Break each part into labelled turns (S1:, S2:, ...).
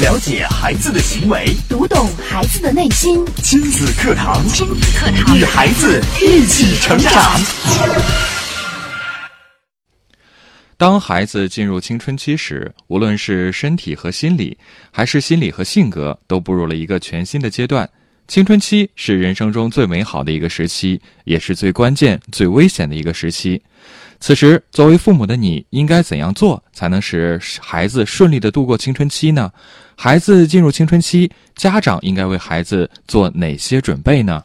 S1: 了解孩子的行为，
S2: 读懂孩子的内心。
S1: 亲子课堂，
S2: 亲子课堂，
S1: 与孩子一起成长。
S3: 当孩子进入青春期时，无论是身体和心理，还是心理和性格，都步入了一个全新的阶段。青春期是人生中最美好的一个时期，也是最关键、最危险的一个时期。此时，作为父母的你，应该怎样做才能使孩子顺利的度过青春期呢？孩子进入青春期，家长应该为孩子做哪些准备呢？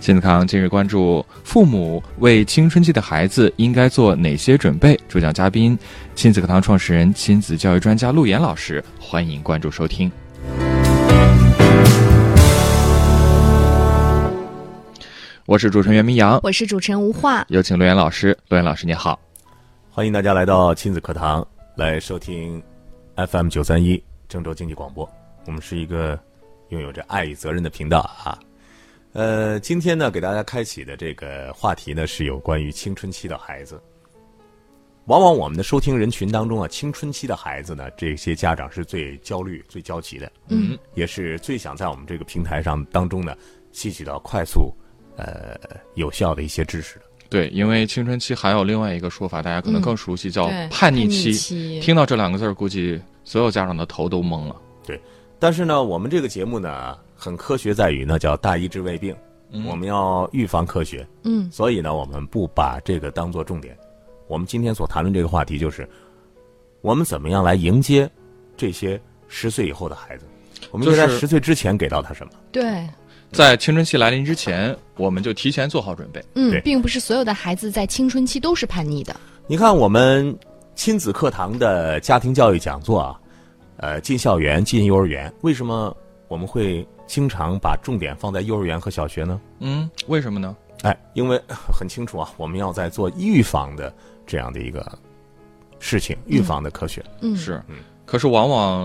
S3: 金子康今日关注：父母为青春期的孩子应该做哪些准备？主讲嘉宾：亲子课堂创始人、亲子教育专家陆岩老师。欢迎关注收听。我是主持人袁明阳，
S2: 我是主持人吴化。
S3: 有请陆岩老师。陆岩老师，你好。
S4: 欢迎大家来到亲子课堂，来收听 FM 九三一郑州经济广播。我们是一个拥有着爱与责任的频道啊。呃，今天呢，给大家开启的这个话题呢，是有关于青春期的孩子。往往我们的收听人群当中啊，青春期的孩子呢，这些家长是最焦虑、最焦急的，
S2: 嗯，
S4: 也是最想在我们这个平台上当中呢，吸取到快速、呃有效的一些知识的。
S3: 对，因为青春期还有另外一个说法，大家可能更熟悉，叫
S2: 对
S3: 叛逆期。
S2: 期
S3: 听到这两个字儿，估计所有家长的头都懵了。
S4: 但是呢，我们这个节目呢，很科学在于呢，叫大医治未病，
S3: 嗯
S4: 我们要预防科学。
S2: 嗯
S4: 所以呢，我们不把这个当做重点。我们今天所谈论这个话题就是，我们怎么样来迎接这些十岁以后的孩子？我们应该在
S3: 就是
S4: 十岁之前给到他什么？
S2: 对，
S3: 在青春期来临之前，我们就提前做好准备。
S2: 嗯
S4: 对，
S2: 并不是所有的孩子在青春期都是叛逆的。
S4: 你看我们亲子课堂的家庭教育讲座啊，呃，进校园、进幼儿园，为什么我们会经常把重点放在幼儿园和小学呢？
S3: 嗯，为什么呢？
S4: 哎，因为 呃很清楚啊，我们要在做预防的这样的一个事情，预防的科学。
S2: 嗯，
S3: 是
S4: 嗯，
S3: 可是往往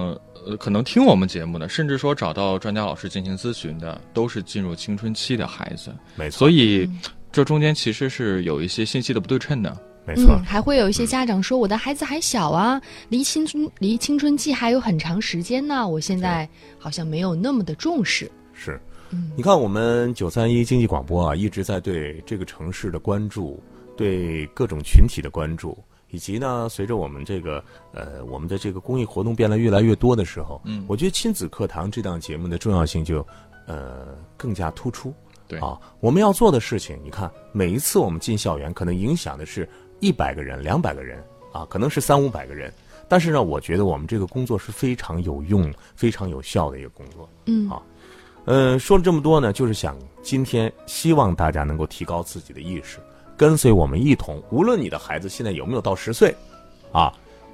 S3: 呃，可能听我们节目的，甚至说找到专家老师进行咨询的，都是进入青春期的孩子，
S4: 没错，
S3: 所以这中间其实是有一些信息的不对称的。
S4: 没错，
S2: 嗯，还会有一些家长说，我的孩子还小啊，离青春离青春期还有很长时间呢，我现在好像没有那么的重视。
S4: 是。
S2: 嗯
S4: 你看，我们九三一经济广播啊，一直在对这个城市的关注，对各种群体的关注，以及呢，随着我们这个呃我们的这个公益活动变得越来越多的时候，
S3: 嗯
S4: 我觉得亲子课堂这档节目的重要性就呃更加突出。
S3: 对
S4: 啊，我们要做的事情，你看，每一次我们进校园，可能影响的是一百个人、两百个人啊，可能是三五百个人。但是呢，我觉得我们这个工作是非常有用、非常有效的一个工作。
S2: 嗯
S4: 好嗯，说了这么多呢，就是想今天希望大家能够提高自己的意识，跟随我们一同，无论你的孩子现在有没有到十岁，啊，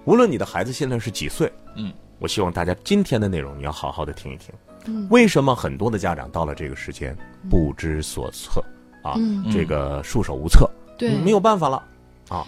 S4: 无论你的孩子现在是几岁，
S3: 嗯，
S4: 我希望大家今天的内容你要好好的听一听。
S2: 嗯
S4: 为什么很多的家长到了这个时间不知所措啊？
S2: 嗯，
S4: 这个束手无策，
S2: 对，
S4: 没有办法了啊。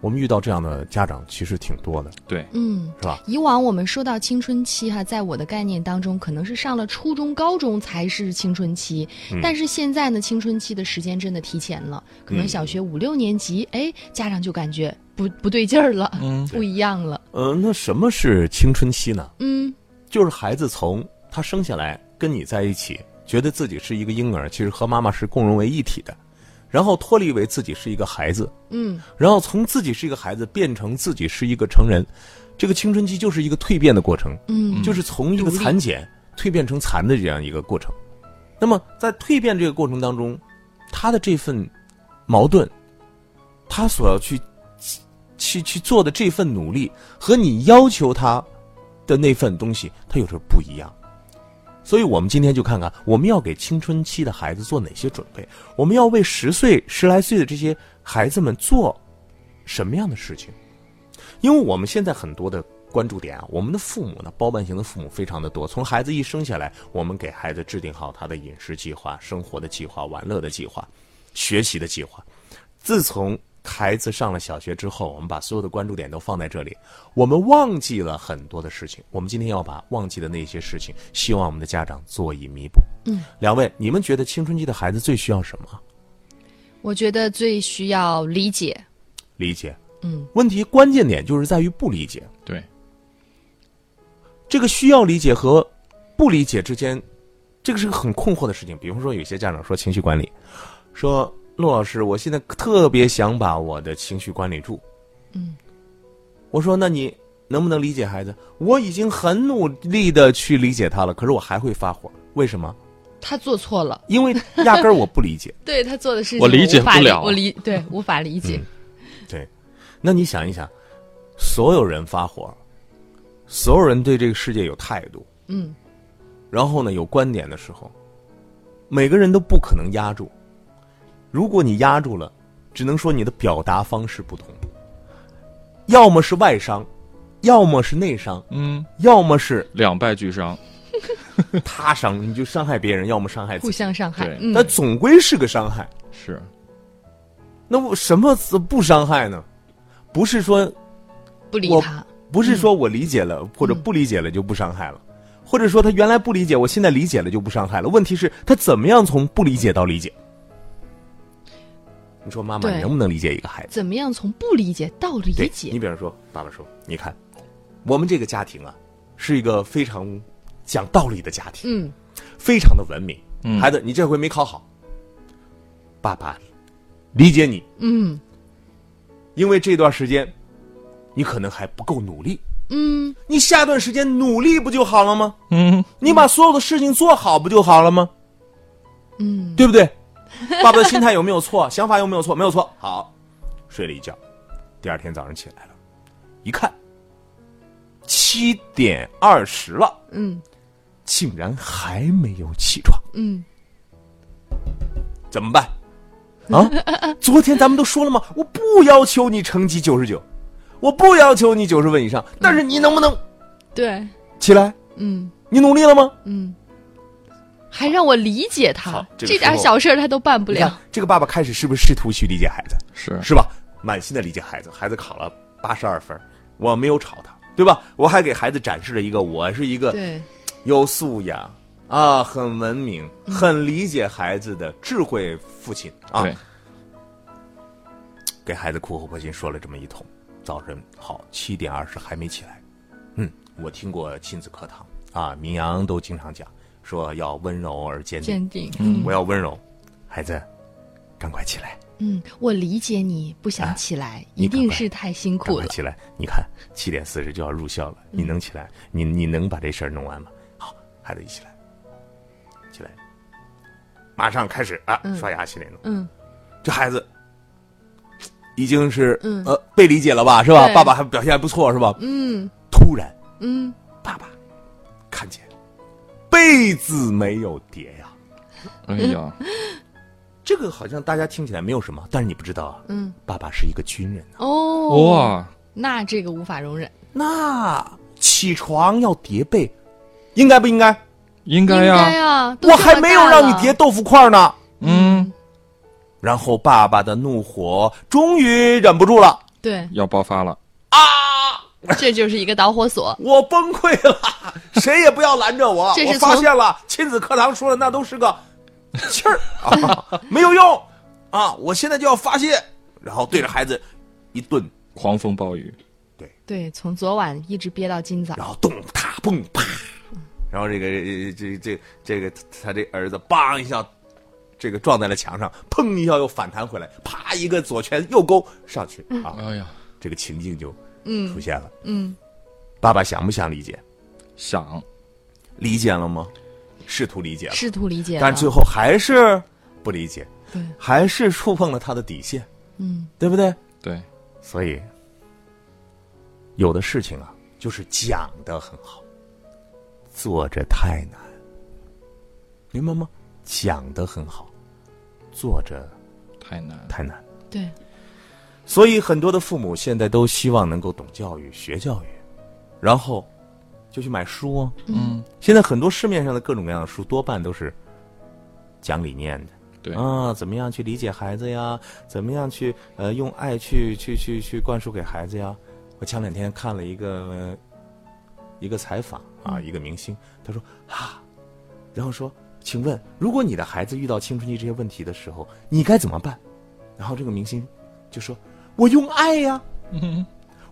S4: 我们遇到这样的家长其实挺多的，
S3: 对，
S2: 嗯，
S4: 是吧？
S2: 以往我们说到青春期哈、在我的概念当中，可能是上了初中、高中才是青春期，
S4: 嗯
S2: 但是现在呢，青春期的时间真的提前了，可能
S4: 嗯
S2: 小学五六年级，哎，家长就感觉不不对劲儿了，
S3: 嗯
S2: 不一样了，
S4: 呃，那什么是青春期呢？
S2: 嗯
S4: 就是孩子从他生下来跟你在一起，觉得自己是一个婴儿，其实和妈妈是共融为一体的，然后脱离为自己是一个孩子，
S2: 嗯，
S4: 然后从自己是一个孩子变成自己是一个成人，这个青春期就是一个蜕变的过程，
S2: 嗯
S4: 就是从一个蚕茧蜕变成蚕的这样一个过程。那么在蜕变这个过程当中，他的这份矛盾，他所要去去去做的这份努力，和你要求他的那份东西，他有时候不一样。所以，我们今天就看看我们要给青春期的孩子做哪些准备，我们要为十岁、十来岁的这些孩子们做什么样的事情？因为我们现在很多的关注点啊，我们的父母呢，包办型的父母非常的多。从孩子一生下来，我们给孩子制定好他的饮食计划、生活的计划、玩乐的计划、学习的计划。自从孩子上了小学之后，我们把所有的关注点都放在这里，我们忘记了很多的事情。我们今天要把忘记的那些事情，希望我们的家长做以弥补。
S2: 嗯，
S4: 两位，你们觉得青春期的孩子最需要什么？
S2: 我觉得最需要理解，
S4: 理解，
S2: 嗯
S4: 问题关键点就是在于不理解，
S3: 对，
S4: 这个需要理解和不理解之间，这个是个很困惑的事情。比方说，有些家长说情绪管理，说陆老师，我现在特别想把我的情绪管理住。
S2: 嗯，
S4: 我说，那你能不能理解孩子？我已经很努力的去理解他了，可是我还会发火，为什么？
S2: 他做错了，
S4: 因为压根儿我不理解。
S2: 对他做的事情
S3: 我理解
S2: 无法
S3: 不了嗯
S2: 我理对无法理解。
S4: 那你想一想，所有人发火，所有人对这个世界有态度，
S2: 嗯
S4: 然后呢有观点的时候，每个人都不可能压住。如果你压住了，只能说你的表达方式不同，要么是外伤，要么是内伤，
S3: 嗯，
S4: 要么是
S3: 两败俱伤，
S4: 他伤， 你就伤害别人，要么伤害自
S2: 互
S4: 己，
S2: 相伤害
S3: 对。
S2: 嗯
S4: 但总归是个伤害。
S3: 是
S4: 那我什么不伤害呢？不是说
S2: 不理
S4: 我
S2: 他，
S4: 不是说我理解了、或者不理解了就不伤害了，或者说他原来不理解，我现在理解了就不伤害了。问题是，他怎么样从不理解到理解？你说妈妈，
S2: 对
S4: 你能不能理解一个孩子？
S2: 怎么样从不理解到理
S4: 对，
S2: 解
S4: 你？比方说，爸爸说，你看，我们这个家庭啊，是一个非常讲道理的家庭，
S2: 嗯，
S4: 非常的文明。
S3: 嗯
S4: 孩子，你这回没考好，爸爸理解你，
S2: 嗯
S4: 因为这段时间你可能还不够努力，
S2: 嗯，
S4: 你下段时间努力不就好了吗？
S3: 嗯，
S4: 你把所有的事情做好不就好了吗？
S2: 嗯，
S4: 对不对？爸爸的心态有没有错？想法有没有错？没有错。好，睡了一觉，第二天早上起来了，一看，七点二十了，
S2: 嗯
S4: 竟然还没有起床，
S2: 嗯
S4: 怎么办？啊， 昨天咱们都说了吗？我不要求你成绩九十九，我不要求你九十分以上，但是你能不能
S2: 对，
S4: 起来？
S2: 嗯
S4: 你努力了吗？
S2: 嗯，还让我理解他
S4: 好，这个
S2: 这
S4: 时候
S2: 点小事儿他都办不
S4: 你看
S2: 了。
S4: 这个爸爸开始是不是试图去理解孩子？
S3: 是
S4: 是吧？满心的理解孩子，孩子考了八十二分，我没有吵他，对吧？我还给孩子展示了一个我是一个
S2: 对，
S4: 有素养
S2: 嗯
S4: 啊，很文明、很理解孩子的智慧父亲啊，
S3: 对，
S4: 给孩子苦口婆心说了这么一通。早晨好，七点二十还没起来。嗯，我听过亲子课堂啊，民阳都经常讲，说要温柔而坚定。
S2: 坚定。嗯
S4: 我要温柔，孩子，赶快起来。
S2: 嗯，我理解你不想起来，
S4: 啊你
S2: 一
S4: 赶
S2: 定
S4: 快
S2: 是太辛
S4: 赶
S2: 苦
S4: 快
S2: 了。嗯
S4: 起来！你看，七点四十就要入校了，你能起来？你你能把这事儿弄完吗？好，孩子一起来，起来，马上开始啊！
S2: 嗯
S4: 刷牙、洗脸弄。
S2: 嗯
S4: 这孩子已经是、
S2: 嗯
S4: 呃被理解了吧？是吧？
S2: 对
S4: 爸爸还表现还不错是吧？
S2: 嗯
S4: 突然，
S2: 嗯，
S4: 爸爸看见被子没有叠呀、
S3: 哎呀，
S4: 这个好像大家听起来没有什么，但是你不知道啊，
S2: 嗯，
S4: 爸爸是一个军人啊，
S2: 哦，
S3: 哇，
S2: 那这个无法容忍，
S4: 那起床要叠被，应该不应该？
S3: 应
S2: 应
S3: 该呀、
S2: 啊，都
S4: 我
S2: 这
S4: 还
S2: 么
S4: 没
S2: 大
S4: 有让你
S2: 了
S4: 叠，豆腐块呢。
S3: 嗯，
S4: 然后爸爸的怒火终于忍不住了，
S2: 对，
S3: 要爆发了，
S2: 这就是一个导 火索。
S4: 我崩溃了，谁也不要拦着我。
S2: 这
S4: 我
S2: 是从
S4: 发现了，亲子课堂说的那都是个气儿啊，没有用啊！我现在就要发泄，然后对着孩子一顿，
S3: 狂风暴雨，
S2: 对，从昨晚一直憋到今早。
S4: 然后咚啪蹦啪，然后这个这这这这个他这儿子梆一下。这个撞在了墙上，砰一下又反弹回来，啪一个左拳右勾上去啊！
S3: 哎呀，
S4: 这个情境就出
S2: 嗯
S4: 现了。
S2: 嗯，
S4: 爸爸想不想理解？
S3: 想
S4: 理解了吗？试图理解了，
S2: 试图理解了，
S4: 但最后还是不理解，
S2: 啊对，
S4: 还是触碰了他的底线，
S2: 嗯
S4: 对不对？
S3: 对，
S4: 所以，有的事情啊，就是讲的很好，做着太难，明白吗？讲的很好，做着
S3: 太难了，
S4: 太难。
S2: 对，
S4: 所以很多的父母现在都希望能够懂教育、学教育，然后就去买书啊。
S3: 嗯，
S4: 现在很多市面上的各种各样的书，多半都是讲理念的。
S3: 对
S4: 啊，怎么样去理解孩子呀？怎么样去呃用爱去去去去灌输给孩子呀？我前两天看了一个、呃一个采访啊，一个明星，他说啊，然后说，请问，如果你的孩子遇到青春期这些问题的时候，你该怎么办？然后这个明星就说：“我用爱呀、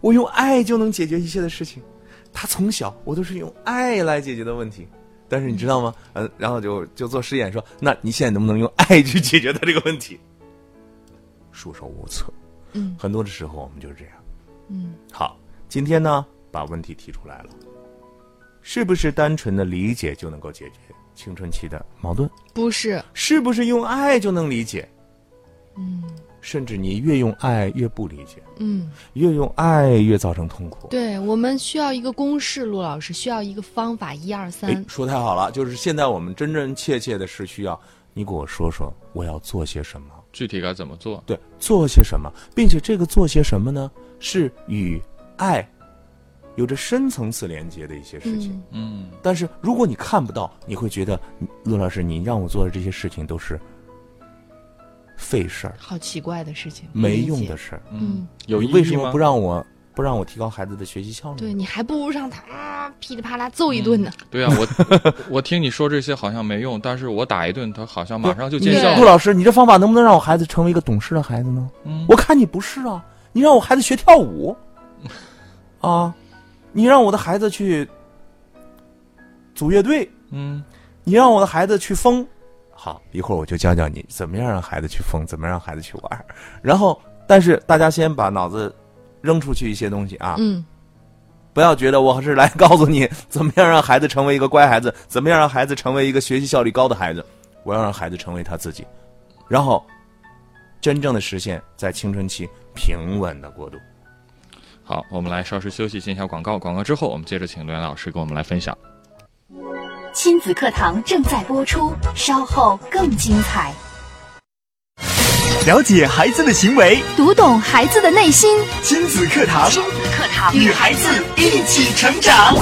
S4: 我用爱就能解决一切的事情。他从小我都是用爱来解决的问题，但是你知道吗？嗯，然后就就做实验说，那你现在能不能用爱去解决他这个问题？束手无策。
S2: 嗯，
S4: 很多的时候我们就是这样。
S2: 嗯，
S4: 好，今天呢把问题提出来了，是不是单纯的理解就能够解决青春期的矛盾？
S2: 不是，
S4: 是不是用爱就能理解？嗯，甚至你越用爱越不理解，
S2: 嗯，
S4: 越用爱越造成痛苦。
S2: 对我们需要一个公式，陆老师需要一个方法，一二
S4: 哎
S2: 三，，
S4: 说太好了，就是现在我们真真切切的是需要你给我说说我要做些什么，
S3: 具体该怎么做？
S4: 对，做些什么，并且这个做些什么呢？是与爱有着深层次连接的一些事情。
S2: 嗯，
S3: 嗯，
S4: 但是如果你看不到，你会觉得嗯陆老师，你让我做的这些事情都是费事儿、
S2: 好奇怪的事情，
S4: 没
S2: 不理
S4: 用
S2: 解
S4: 的，事儿。
S3: 嗯，有
S4: 你
S3: 意义
S4: 为什么
S3: 吗
S4: 不让我不让我提高孩子的学习效
S2: 嗯对
S4: 率？
S2: 你还不如让他啊噼里啪啦揍一顿呢，
S3: 对啊，我我听你说这些好像没用，但是我打一顿，他好像马上就见
S2: 对
S3: 效
S4: 陆
S3: 了。
S4: 老师，你这方法能不能让我孩子成为一个懂事的孩子呢？
S3: 嗯
S4: 我看你不是啊，你让我孩子学跳舞， 啊，你让我的孩子去组乐队，
S3: 嗯，
S4: 你让我的孩子去疯，好，一会儿我就教教你怎么样让孩子去疯，怎么让孩子去玩儿。然后，但是大家先把脑子扔出去一些东西啊，
S2: 嗯，
S4: 不要觉得我是来告诉你怎么样让孩子成为一个乖孩子，怎么样让孩子成为一个学习效率高的孩子。我要让孩子成为他自己，然后真正的实现在青春期平稳的过渡。
S3: 好，我们来稍事休息，进一下广告。广告之后，我们接着请刘岩老师跟我们来分享。
S5: 亲子课堂正在播出，稍后更精彩。
S1: 了解孩子的行为，
S5: 读懂孩子的内心，
S1: 亲子课堂
S5: 亲子课堂
S1: 与孩子一起成长。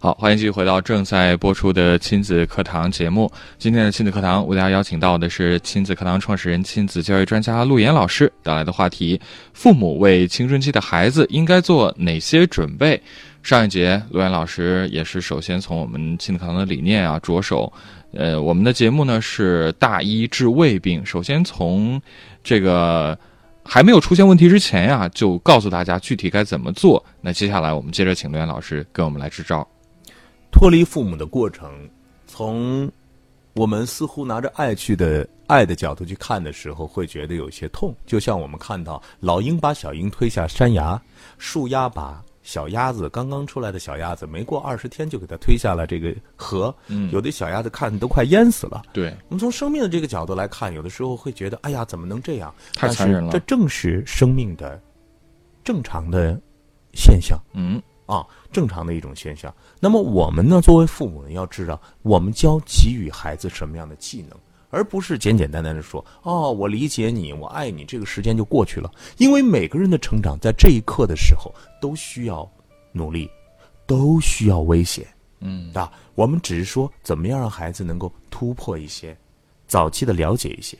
S3: 好，欢迎继续回到正在播出的亲子课堂节目。今天的亲子课堂为大家邀请到的是亲子课堂创始人、亲子教育专家陆岩老师带来的话题：父母为青春期的孩子应该做哪些准备？上一节，陆岩老师也是首先从我们亲子课堂的理念啊着手。呃，我们的节目呢是大医治未病，首先从这个还没有出现问题之前呀、就告诉大家具体该怎么做。那接下来我们接着请陆岩老师跟我们来支招。
S4: 脱离父母的过程，从我们似乎拿着爱去的爱的角度去看的时候，会觉得有些痛。就像我们看到老鹰把小鹰推下山崖，树丫把小鸭子刚刚出来的小鸭子，没过二十天就给它推下了这个河。
S3: 嗯
S4: 有的小鸭子看都快淹死了。
S3: 对，
S4: 我们从生命的这个角度来看，有的时候会觉得，哎呀，怎么能这样？
S3: 太残忍了
S4: 但是这正是生命的正常的现象。
S3: 嗯
S4: 啊，正常的一种现象。那么我们呢，作为父母呢，要知道我们教给予孩子什么样的技能，而不是简简单单的说哦，我理解你，我爱你，这个时间就过去了。因为每个人的成长在这一刻的时候都需要努力，都需要危险。
S3: 嗯
S4: 啊，我们只是说怎么样让孩子能够突破一些，早期的了解一些。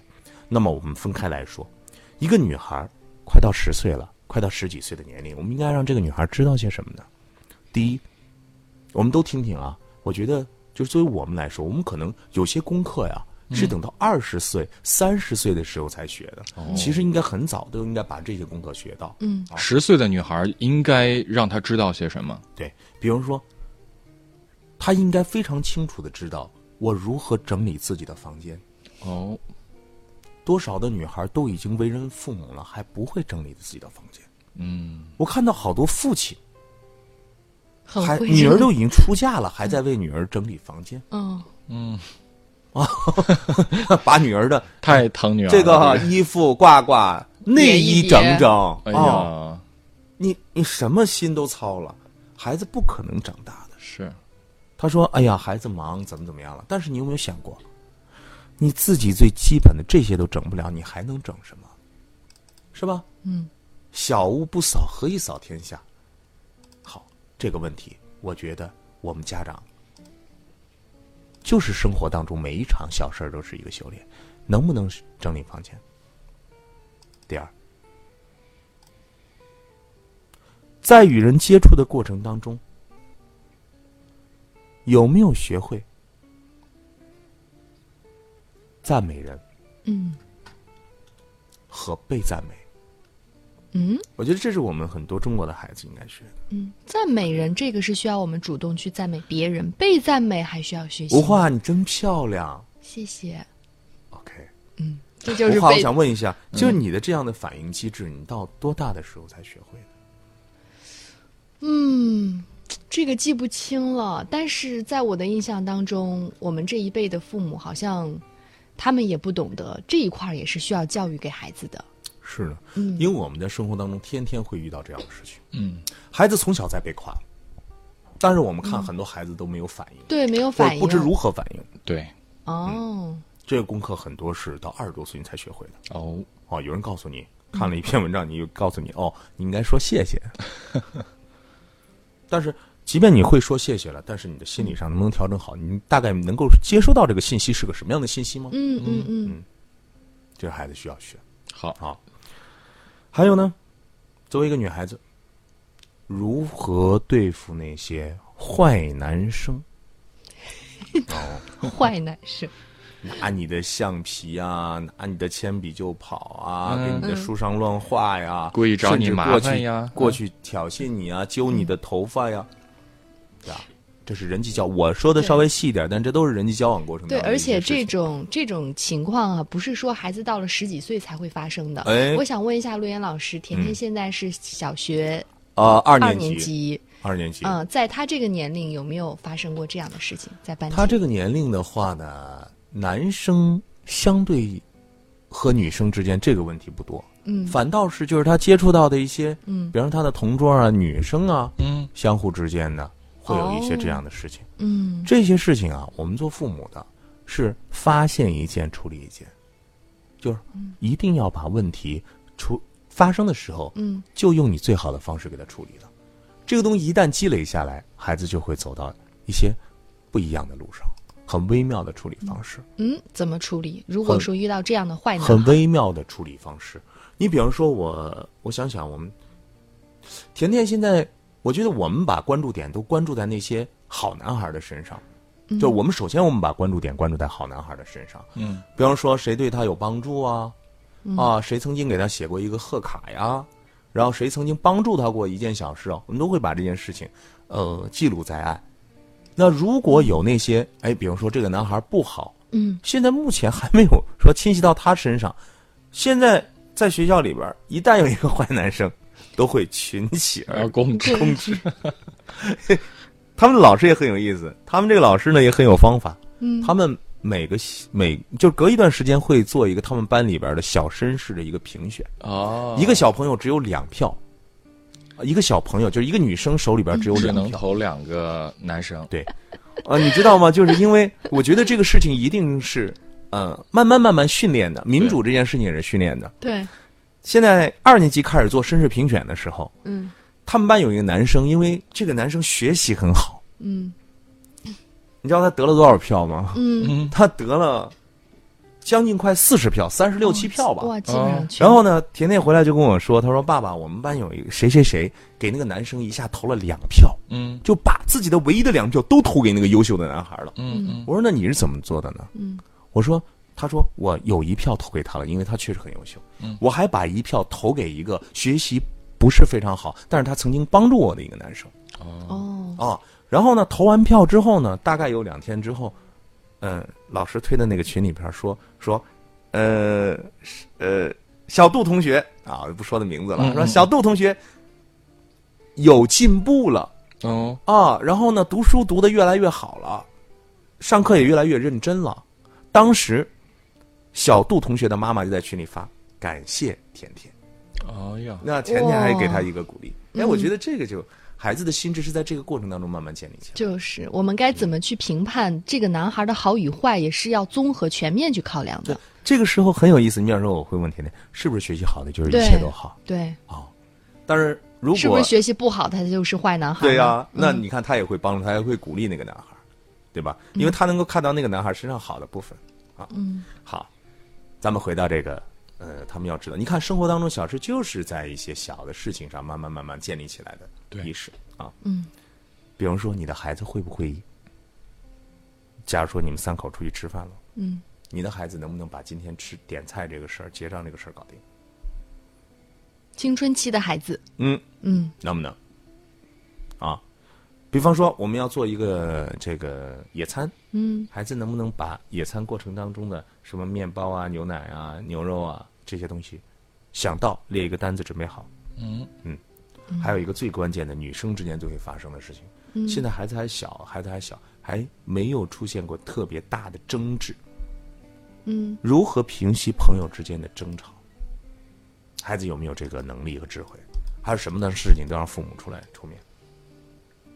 S4: 那么我们分开来说，一个女孩儿快到十岁了，快到十几岁的年龄，我们应该让这个女孩儿知道些什么呢？第一，我们都听听啊，我觉得就是作为我们来说，我们可能有些功课呀。是等到二十岁、三十岁的时候才学的，其实应该很早都应该把这些功课学到。
S2: 嗯，
S3: 十岁的女孩应该让她知道些什么？
S4: 对，比如说，他应该非常清楚的知道我如何整理自己的房间。
S3: 哦，
S4: 多少的女孩都已经为人父母了，还不会整理自己的房间。
S3: 嗯，
S4: 我看到好多父亲，
S2: 很
S4: 还
S2: 会
S4: 女
S2: 扔
S4: 儿都已经出嫁了，还在为女儿整理房间，
S2: 嗯
S4: 把女儿的
S3: 太疼女儿了。
S4: 这个衣服挂挂，内衣整整。
S3: 哎呀，
S4: 啊，你你什么心都操了，孩子不可能长大的。
S3: 是，
S4: 他说：“哎呀，孩子忙，怎么怎么样了？”但是你有没有想过，你自己最基本的这些都整不了，你还能整什么？是吧？嗯，小屋不扫，何以扫天下？好，这个问题，我觉得我们家长就是生活当中每一场小事儿都是一个修炼，能不能整理房间？第二，在与人接触的过程当中，有没有学会赞美人
S2: 嗯
S4: 和被赞美？
S2: 嗯
S4: 我觉得这是我们很多中国的孩子应该学的。
S2: 嗯，赞美人这个是需要我们主动去赞美别人，被赞美还需要学习。
S4: 吴化，你真漂亮。
S2: 谢谢。
S4: OK，
S2: 嗯，这就是
S4: 吴化，我
S2: 被嗯
S4: 想问一下，就你的这样的反应机制，你到多大的时候才学会的？
S2: 嗯，这个记不清了，但是在我的印象当中，我们这一辈的父母好像他们也不懂得这一块儿，也是需要教育给孩子的。
S4: 是的，
S2: 嗯
S4: 因为我们在生活当中天天会遇到这样的事情。
S3: 嗯，
S4: 孩子从小在被夸，但是我们看很多孩子都没有反应，
S2: 对，没有
S4: 或
S2: 嗯反
S4: 者
S2: 应，
S4: 不知如何反应。
S3: 对，
S2: 哦，
S4: 这个功课很多是到二十多岁你才学会的。
S3: 哦，
S4: 哦，有人告诉你看了一篇文章，你就告诉你哦，你应该说谢谢。但是，即便你会说谢谢了，但是你的心理上能不能调整好？你大概能够接收到这个信息是个什么样的信息吗？
S2: 嗯嗯嗯，
S4: 这个孩子需要学。
S3: 好，
S4: 好，还有呢，作为一个女孩子，如何对付那些坏男生？
S2: 坏男生，
S4: 拿你的橡皮啊，拿你的铅笔就跑啊，
S3: 嗯
S4: 给你的书上乱画呀，
S3: 故意找你
S4: 甚至
S3: 麻烦呀
S4: 过
S2: 嗯
S4: 去过去挑衅你啊，揪你的头发呀，对
S2: 嗯
S4: 啊，这是人际交，我说的稍微细一点，但这都是人际交往过程当
S2: 对，
S4: 中的
S2: 而
S4: 一些
S2: 且
S4: 事情。
S2: 这种这种情况啊，不是说孩子到了十几岁才会发生的。
S4: 哎
S2: 我想问一下陆岩老师，甜
S4: 嗯
S2: 甜现在是小学
S4: 啊，二
S2: 二
S4: 年
S2: 年
S4: 级，
S2: 级，
S4: 二年级，
S2: 嗯，在他这个年龄有没有发生过这样的事情在班级？
S4: 他这个年龄的话呢，男生相对和女生之间这个问题不多，
S2: 嗯
S4: 反倒是就是他接触到的一些，
S2: 嗯
S4: 比方说他的同桌啊、女生啊，
S3: 嗯
S4: 相互之间呢，会有一些这
S2: 哦
S4: 样的事情。
S2: 嗯
S4: 这些事情啊，我们做父母的是发现一件处理一件，就是一定要把问题处发生的时候，
S2: 嗯
S4: 就用你最好的方式给它处理了。这个东西一旦积累下来，孩子就会走到一些不一样的路上，很微妙的处理方式，
S2: 嗯，怎么处理？如果
S4: 很
S2: 说遇到这样的坏男啊孩，
S4: 很微妙的处理方式。你比方说我，我想想，我们甜甜现在，我觉得我们把关注点都关注在那些好男孩的身上，
S2: 嗯
S4: 就我们首先我们把关注点关注在好男孩的身上，
S3: 嗯
S4: 比方说谁对他有帮助啊，
S2: 嗯
S4: 啊，谁曾经给他写过一个贺卡呀，然后谁曾经帮助他过一件小事啊，我们都会把这件事情，呃，记录在案。那如果有那些，哎，比方说这个男孩不好，
S2: 嗯
S4: 现在目前还没有说侵袭到他身上，现在在学校里边，一旦有一个坏男生，都会群起而
S3: 要攻
S2: 对
S3: 攻
S4: 他们老师也很有意思，他们这个老师呢也很有方法。
S2: 嗯
S4: 他们每个每就隔一段时间会做一个他们班里边的小绅士的一个评选，
S3: 哦，
S4: 一个小朋友只有两票，呃一个小朋友就是一个女生手里边只有
S3: 只
S4: 两
S3: 能
S4: 票。
S3: 投两个男生，
S4: 对，啊、你知道吗？就是因为我觉得这个事情一定是呃慢慢慢慢训练的，民主这件事情也是训练的。
S2: 对，
S4: 现在二年级开始做绅士评选的时候，
S2: 嗯
S4: 他们班有一个男生，因为这个男生学习很好，
S2: 嗯
S4: 你知道他得了多少票吗？
S2: 嗯，
S3: 嗯，
S4: 他得了将近快四十票，三十六七票吧。
S2: 哦
S4: 嗯
S2: 哇，基本上全
S4: 然后呢，甜甜回来就跟我说，她说：“爸爸，我们班有一个谁谁谁给那个男生一下投了两票，
S3: 嗯
S4: 就把自己的唯一的两票都投给那个优秀的男孩了。
S3: 嗯嗯，”
S4: 我说：“那你是怎么做的呢？”
S2: 嗯，
S4: 我说：“他说我有一票投给他了，因为他确实很优秀。
S3: 嗯
S4: 我还把一票投给一个学习不是非常好，但是他曾经帮助我的一个男生。”
S2: 哦，
S4: 啊，然后呢，投完票之后呢，大概有两天之后，嗯，老师推的那个群里边说说，呃是呃，小杜同学啊，我就不说他名字了，
S3: 嗯嗯
S4: 说
S3: 嗯
S4: 小杜同学有进步了
S3: 哦，
S4: 啊，然后呢，读书读的越来越好了，上课也越来越认真了。当时，小杜同学的妈妈就在群里发感谢甜甜。
S3: 哎呀，
S4: 那甜甜还给他
S2: 哇
S4: 一个鼓励。哎，我觉得这个就孩子的心智是在这个过程当中慢慢建立起来。
S2: 就是我们该怎么去评判这个男孩的好与坏，也是要综合全面去考量的。
S4: 这个时候很有意思，你比方说我会问甜甜，是不是学习好的就是一切都好
S2: 对，
S4: 啊、但是如果
S2: 是不是学习不好他就是坏男孩呢？
S4: 对呀、那
S2: 嗯
S4: 你看他也会帮助，他也会鼓励那个男孩，对吧？因为他能够看到那个男孩身上好的部分啊。
S2: 嗯，
S4: 好，咱们回到这个，呃，他们要知道，你看生活当中小事就是在一些小的事情上慢慢慢慢建立起来的
S3: 对
S4: 意识啊。
S2: 嗯，
S4: 比方说你的孩子会不会假如说你们三口出去吃饭了，
S2: 嗯，
S4: 你的孩子能不能把今天吃点菜这个事儿、结账这个事儿搞定？
S2: 青春期的孩子，
S4: 嗯，
S2: 嗯
S4: 能不能？啊，比方说我们要做一个这个野餐，
S2: 嗯，
S4: 孩子能不能把野餐过程当中的什么面包啊、牛奶啊、牛肉啊这些东西想到列一个单子准备好？嗯嗯，还有一个最关键的女生之间就会发生的事情，现在孩子还小，孩子还小，还没有出现过特别大的争执。嗯，如何平息朋友之间的争吵？孩子有没有这个能力和智慧？还是什么的事情都让父母出来出面？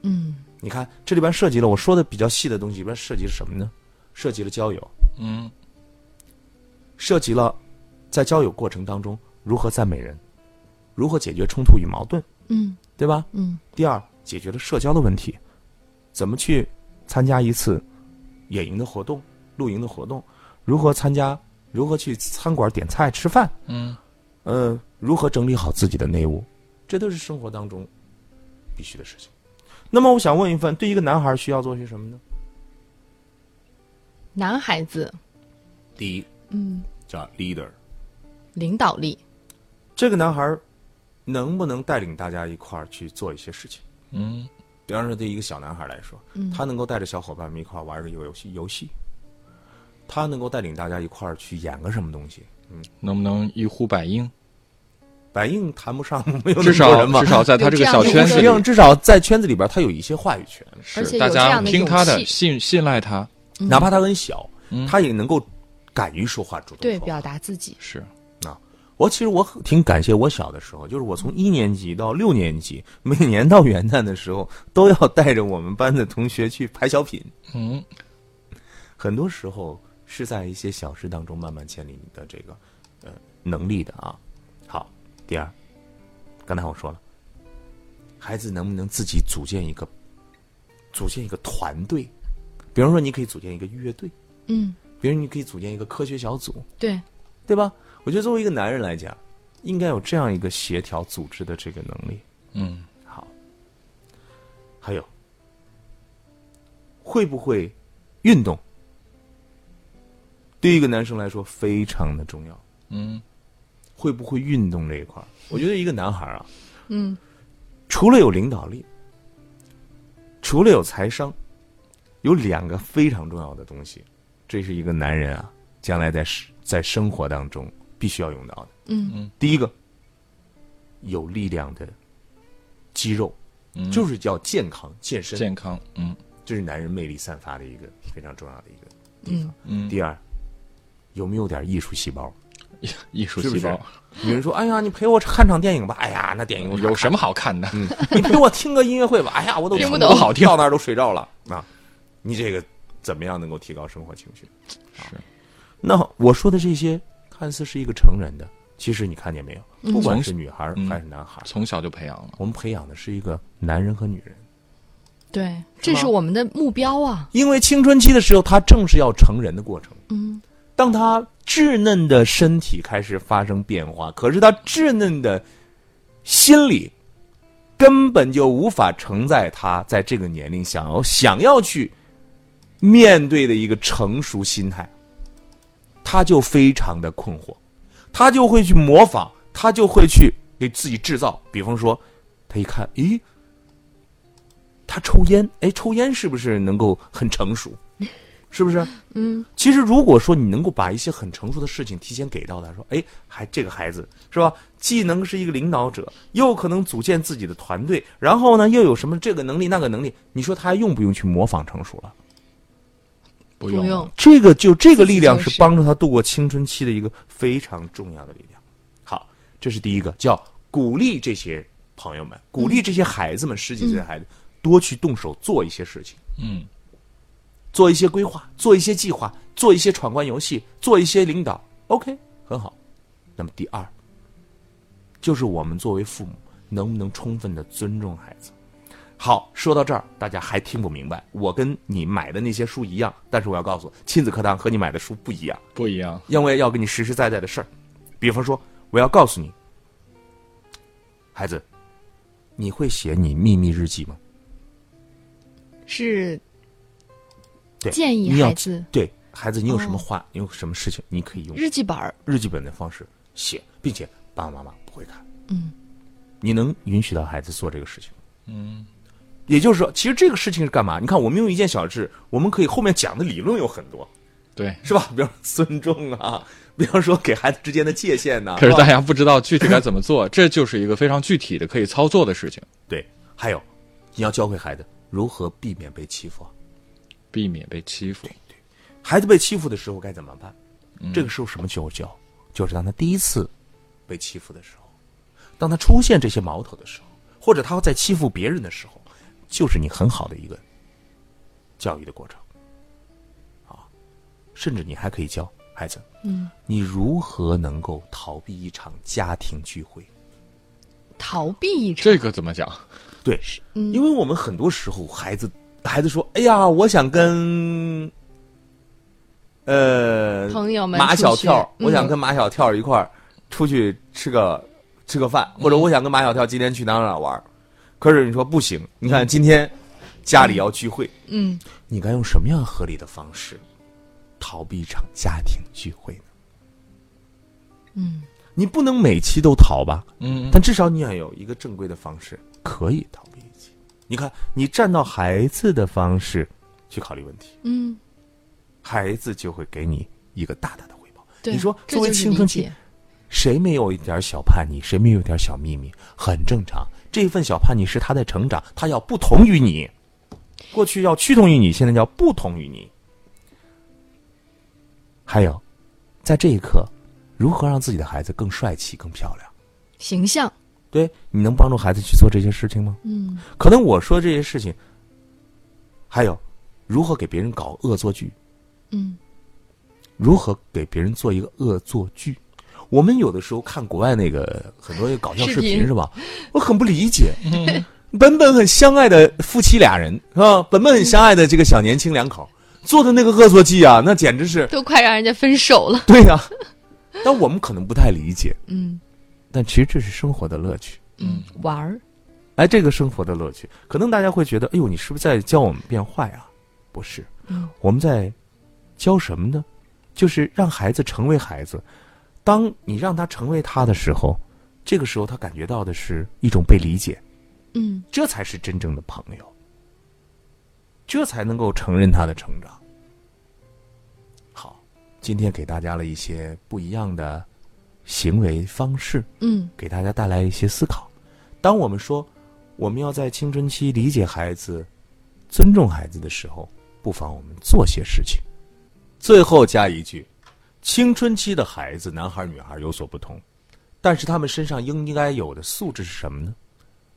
S4: 嗯，你看这里边涉及了我说的比较细的东西，里边涉及了什么呢？涉及了交友，
S3: 嗯，
S4: 涉及了在交友过程当中如何赞美人，如何解决冲突与矛盾，
S2: 嗯
S4: 对吧？
S2: 嗯
S4: 第二，解决了社交的问题，怎么去参加一次野营的活动、露营的活动？如何参加？如何去餐馆点菜吃饭？
S3: 嗯，
S4: 呃，如何整理好自己的内务？这都是生活当中必须的事情。那么，我想问一问，对一个男孩需要做些什么呢？
S2: 男孩子，
S4: 第一，
S2: 嗯，
S4: 叫 leader。
S2: 领导力，
S4: 这个男孩能不能带领大家一块儿去做一些事情？
S3: 嗯，
S4: 比方说，对一个小男孩来说，
S2: 嗯
S4: 他能够带着小伙伴们一块儿玩一个游戏，游戏，他能够带领大家一块儿去演个什么东西。
S3: 能不能一呼百应？
S4: 反应谈不上，没有那
S3: 至
S4: 么多
S3: 少
S4: 人嘛
S3: 至少在他这个小圈
S4: 实际
S3: 子里
S2: 有这样的
S4: 上
S2: 一，
S4: 至少在圈子里边，他有一些话语权，
S2: 而且
S3: 是
S2: 有
S3: 大
S2: 这
S3: 家
S2: 样的
S3: 听
S2: 勇
S3: 他的，
S2: 气
S3: 信信赖他，
S2: 嗯
S4: 哪怕他很小，
S3: 嗯
S4: 他也能够敢于说话，主动
S2: 对，
S4: 说话
S2: 表达自己，
S3: 是
S4: 我其实我很挺感谢我小的时候，就是我从一年级到六年级，每年到元旦的时候，都要带着我们班的同学去排小品。
S3: 嗯
S4: 很多时候是在一些小事当中慢慢建立你的这个呃能力的啊。好，第二，刚才我说了，孩子能不能自己组建一个组建一个团队？比方说，你可以组建一个乐队，
S2: 嗯，
S4: 比如你可以组建一个科学小组，
S2: 对，
S4: 对吧？我觉得作为一个男人来讲，应该有这样一个协调组织的这个能力。
S3: 嗯
S4: 好，还有会不会运动，对于一个男生来说非常的重要。
S3: 嗯，
S4: 会不会运动这一块儿，我觉得一个男孩啊，
S2: 嗯，
S4: 除了有领导力，除了有财商，有两个非常重要的东西，这是一个男人啊，将来在生在生活当中必须要用到的。
S2: 嗯
S3: 嗯，
S4: 第一个，有力量的肌肉，
S3: 嗯
S4: 就是叫健康健身，
S3: 健康，嗯
S4: 这是男人魅力散发的一个非常重要的一个。
S2: 嗯
S3: 嗯，
S4: 第二，有没有点艺术细胞？
S3: 艺术
S4: 是不
S3: 细
S4: 是
S3: 胞
S4: 有人说：“哎呀，你陪我看场电影吧。”哎呀，那电影
S3: 有
S4: 么？
S3: 什么好看的？
S4: 你陪我听个音乐会吧。哎呀，我都
S2: 听不
S4: 懂
S2: 懂
S4: 好听，到那儿都睡着了啊。你这个怎么样能够提高生活情绪？啊
S3: 是
S4: 那我说的这些，看似是一个成人的，其实你看见没有？不管是女孩儿
S3: 嗯
S4: 还是男孩儿，
S3: 从小就培养了，
S4: 我们培养的是一个男人和女人。
S2: 对，这是我们的目标啊，
S4: 因为青春期的时候，他正是要成人的过程。
S2: 嗯，
S4: 当他稚嫩的身体开始发生变化，可是他稚嫩的心理根本就无法承载他在这个年龄想要想要去面对的一个成熟心态，他就非常的困惑，他就会去模仿，他就会去给自己制造。比方说，他一看，咦，他抽烟，哎，抽烟是不是能够很成熟？是不是？
S2: 嗯，
S4: 其实如果说你能够把一些很成熟的事情提前给到他，说，哎，还这个孩子是吧？既能是一个领导者，又可能组建自己的团队，然后呢，又有什么这个能力那个能力，你说他还用不用去模仿成熟了？
S3: 不
S2: 不
S3: 用
S2: 用，
S4: 这个就这个力量
S2: 自己就是
S4: 是帮助他度过青春期的一个非常重要的力量。好，这是第一个，叫鼓励这些朋友们，鼓励这些孩子们，十几岁的孩
S2: 嗯
S4: 子多去动手做一些事情。
S3: 嗯
S4: 做一些规划，做一些计划，做一些闯关游戏，做一些领导。OK，很好。那么第二，就是我们作为父母，能不能充分的尊重孩子？好，说到这儿，大家还听不明白。我跟你买的那些书一样，但是我要告诉，亲子课堂和你买的书不一样，
S3: 不一样，
S4: 因为要跟你实实在在的事儿。比方说，我要告诉你，孩子，你会写你秘密日记吗？
S2: 是
S4: 对，
S2: 建议
S4: 你要
S2: 孩子
S4: 对孩子，你有什么
S2: 哦
S4: 话，你有什么事情，你可以用
S2: 日记本儿，
S4: 日记本的方式写，并且爸爸妈妈不会看。
S2: 嗯，
S4: 你能允许到孩子做这个事情。嗯，也就是说，其实这个事情是干嘛？你看，我们用一件小事，我们可以后面讲的理论有很多，
S3: 对。
S4: 是吧？比 方说尊重啊， 比方说给孩子之间的界限呐、
S3: 可是
S4: 吧
S3: 大家不知道具体该怎么做， 这就是一个非常具体的可以操作的事情，
S4: 对，还有你要教会孩子如何避免被欺负啊。
S3: 避免被欺负。
S4: 孩子被欺负的时候该怎么办？这个时候什么时候教？就是当他第一次被欺负的时候，当他出现这些矛头的时候，或者他在欺负别人的时候，就是你很好的一个教育的过程啊。甚至你还可以教孩子，嗯，你如何能够逃避一场家庭聚会？
S2: 逃避一场。
S3: 这个怎 么讲？
S4: 对，因为我们很多时候孩子孩子说：“哎呀，我想跟呃
S2: 朋友们
S4: 马
S2: 出
S4: 小
S2: 去
S4: 跳，我想
S2: 嗯
S4: 跟马小跳一块儿出去吃个吃个饭，或者
S2: 嗯
S4: 我想跟马小跳今天去哪哪哪玩儿。可是你说不行，你看今天家里要聚会，
S2: 嗯，
S4: 你该用什么样合理的方式逃避一场家庭聚会呢？
S2: 嗯，
S4: 你不能每期都逃吧？
S3: 嗯，
S4: 但至少你要有一个正规的方式可以逃避一切。你看，你站到孩子的方式去考虑问题，
S2: 嗯，
S4: 孩子就会给你一个大大的回报。
S2: 对。
S4: 你说
S2: 这
S4: 作为
S2: 就是
S4: 青
S2: 理
S4: 春期
S2: 解，
S4: 谁没有一点小叛逆？谁没有一点小秘密？很正常。这份小叛逆是他在成长，他要不同于你，过去要趋同于你，现在要不同于你。还有，在这一刻，如何让自己的孩子更帅气、更漂亮？
S2: 形象，
S4: 对，你能帮助孩子去做这些事情吗？
S2: 嗯
S4: 可能我说这些事情，还有如何给别人搞恶作剧，
S2: 嗯，
S4: 如何给别人做一个恶作剧。我们有的时候看国外那个很多搞笑视
S2: 视
S4: 频
S2: 频
S4: 是吧？我很不理解，本本很相爱的夫妻俩人啊，本本很相爱的这个小年轻两口做的那个恶作剧啊，那简直 是
S2: 都快让人家分手了。
S4: 对呀、但我们可能不太理解，
S2: 嗯
S4: 但其实这是生活的乐趣。
S2: 嗯，玩儿，
S4: 哎，这个生活的乐趣，可能大家会觉得，哎呦，你是不是在教我们变坏啊？不是，
S2: 嗯
S4: 我们在教什么呢？就是让孩子成为孩子。当你让他成为他的时候，这个时候他感觉到的是一种被理解，
S2: 嗯
S4: 这才是真正的朋友，这才能够承认他的成长。好，今天给大家了一些不一样的行为方式。
S2: 嗯
S4: 给大家带来一些思考。当我们说我们要在青春期理解孩子、尊重孩子的时候，不妨我们做些事情。最后加一句：青春期的孩子，男孩女孩有所不同，但是他们身上应该有的素质是什么呢？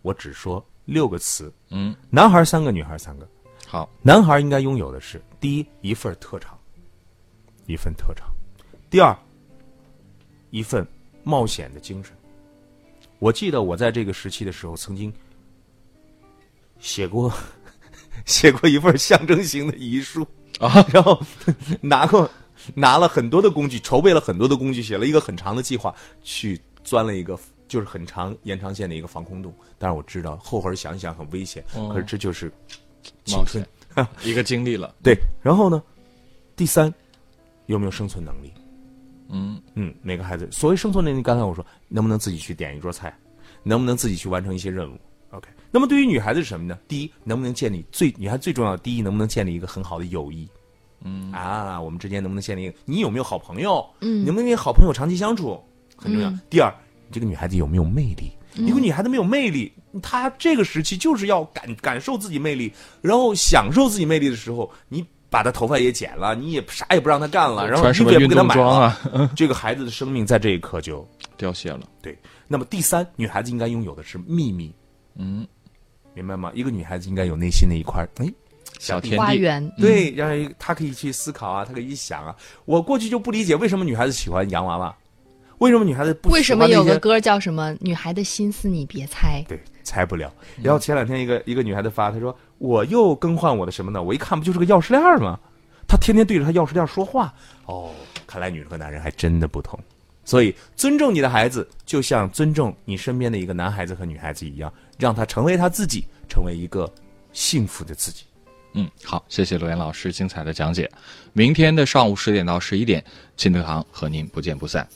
S4: 我只说六个词：
S3: 嗯，
S4: 男孩三个，女孩三个。
S3: 好，
S4: 男孩应该拥有的是：第一，一份特长，一份特长；第二，一份冒险的精神。我记得我在这个时期的时候，曾经写过 写过一份象征型的遗书啊，然后拿过拿了很多的工具，筹备了很多的工具，写了一个很长的计划，去钻了一个就是很长延长线的一个防空洞。但是我知道后悔想一想很危险，
S3: 哦
S4: 可是这就是青
S3: 冒
S4: 春
S3: 险，
S2: 嗯
S3: 一个经历了。
S4: 对，然后呢，第三，有没有生存能力？
S3: 嗯
S4: 嗯，每个孩子，所谓生存能力，刚才我说，能不能自己去点一桌菜，能不能自己去完成一些任务？OK。那么对于女孩子是什么呢？第一，能不能建立最女孩最重要的第一，能不能建立一个很好的友谊？嗯啊，我们之间能不能建立一个？你有没有好朋友？
S2: 嗯
S4: 你能不能跟好朋友长期相处？很重要。
S2: 嗯
S4: 第二，你这个女孩子有没有魅力？一个女孩子没有魅力，她这个时期就是要感感受自己魅力，然后享受自己魅力的时候，你把她头发也剪了，你也啥也不让她干了，然后
S3: 穿
S4: 衣
S3: 什
S4: 服
S3: 么
S4: 也不
S3: 运
S4: 给她
S3: 动
S4: 买
S3: 装
S4: 了，
S3: 啊？
S4: 这个孩子的生命在这一刻就
S3: 凋谢了。
S4: 对。那么第三，女孩子应该拥有的是秘密，
S3: 嗯，
S4: 明白吗？一个女孩子应该有内心的一块，哎，
S3: 小天
S2: 花
S3: 地。
S2: 园，嗯
S4: 对，让一她可以去思考啊，她可以想啊。我过去就不理解为什么女孩子喜欢洋娃娃，为什么女孩子不
S2: 为
S4: 喜
S2: 什
S4: 欢
S2: 么有
S4: 那
S2: 个
S4: 些
S2: 歌叫什么“女孩的心思你别猜
S4: 对，猜不了。然后前两天一个一个女孩子发，她说我又更换我的什么呢？我一看不就是个钥匙链儿吗？她天天对着她钥匙链儿说话。哦，看来女人和男人还真的不同。所以，尊重你的孩子，就像尊重你身边的一个男孩子和女孩子一样，让他成为他自己，成为一个幸福的自己。
S3: 嗯，好，谢谢罗岩老师精彩的讲解。明天的上午十点到十一点，亲子堂和您不见不散。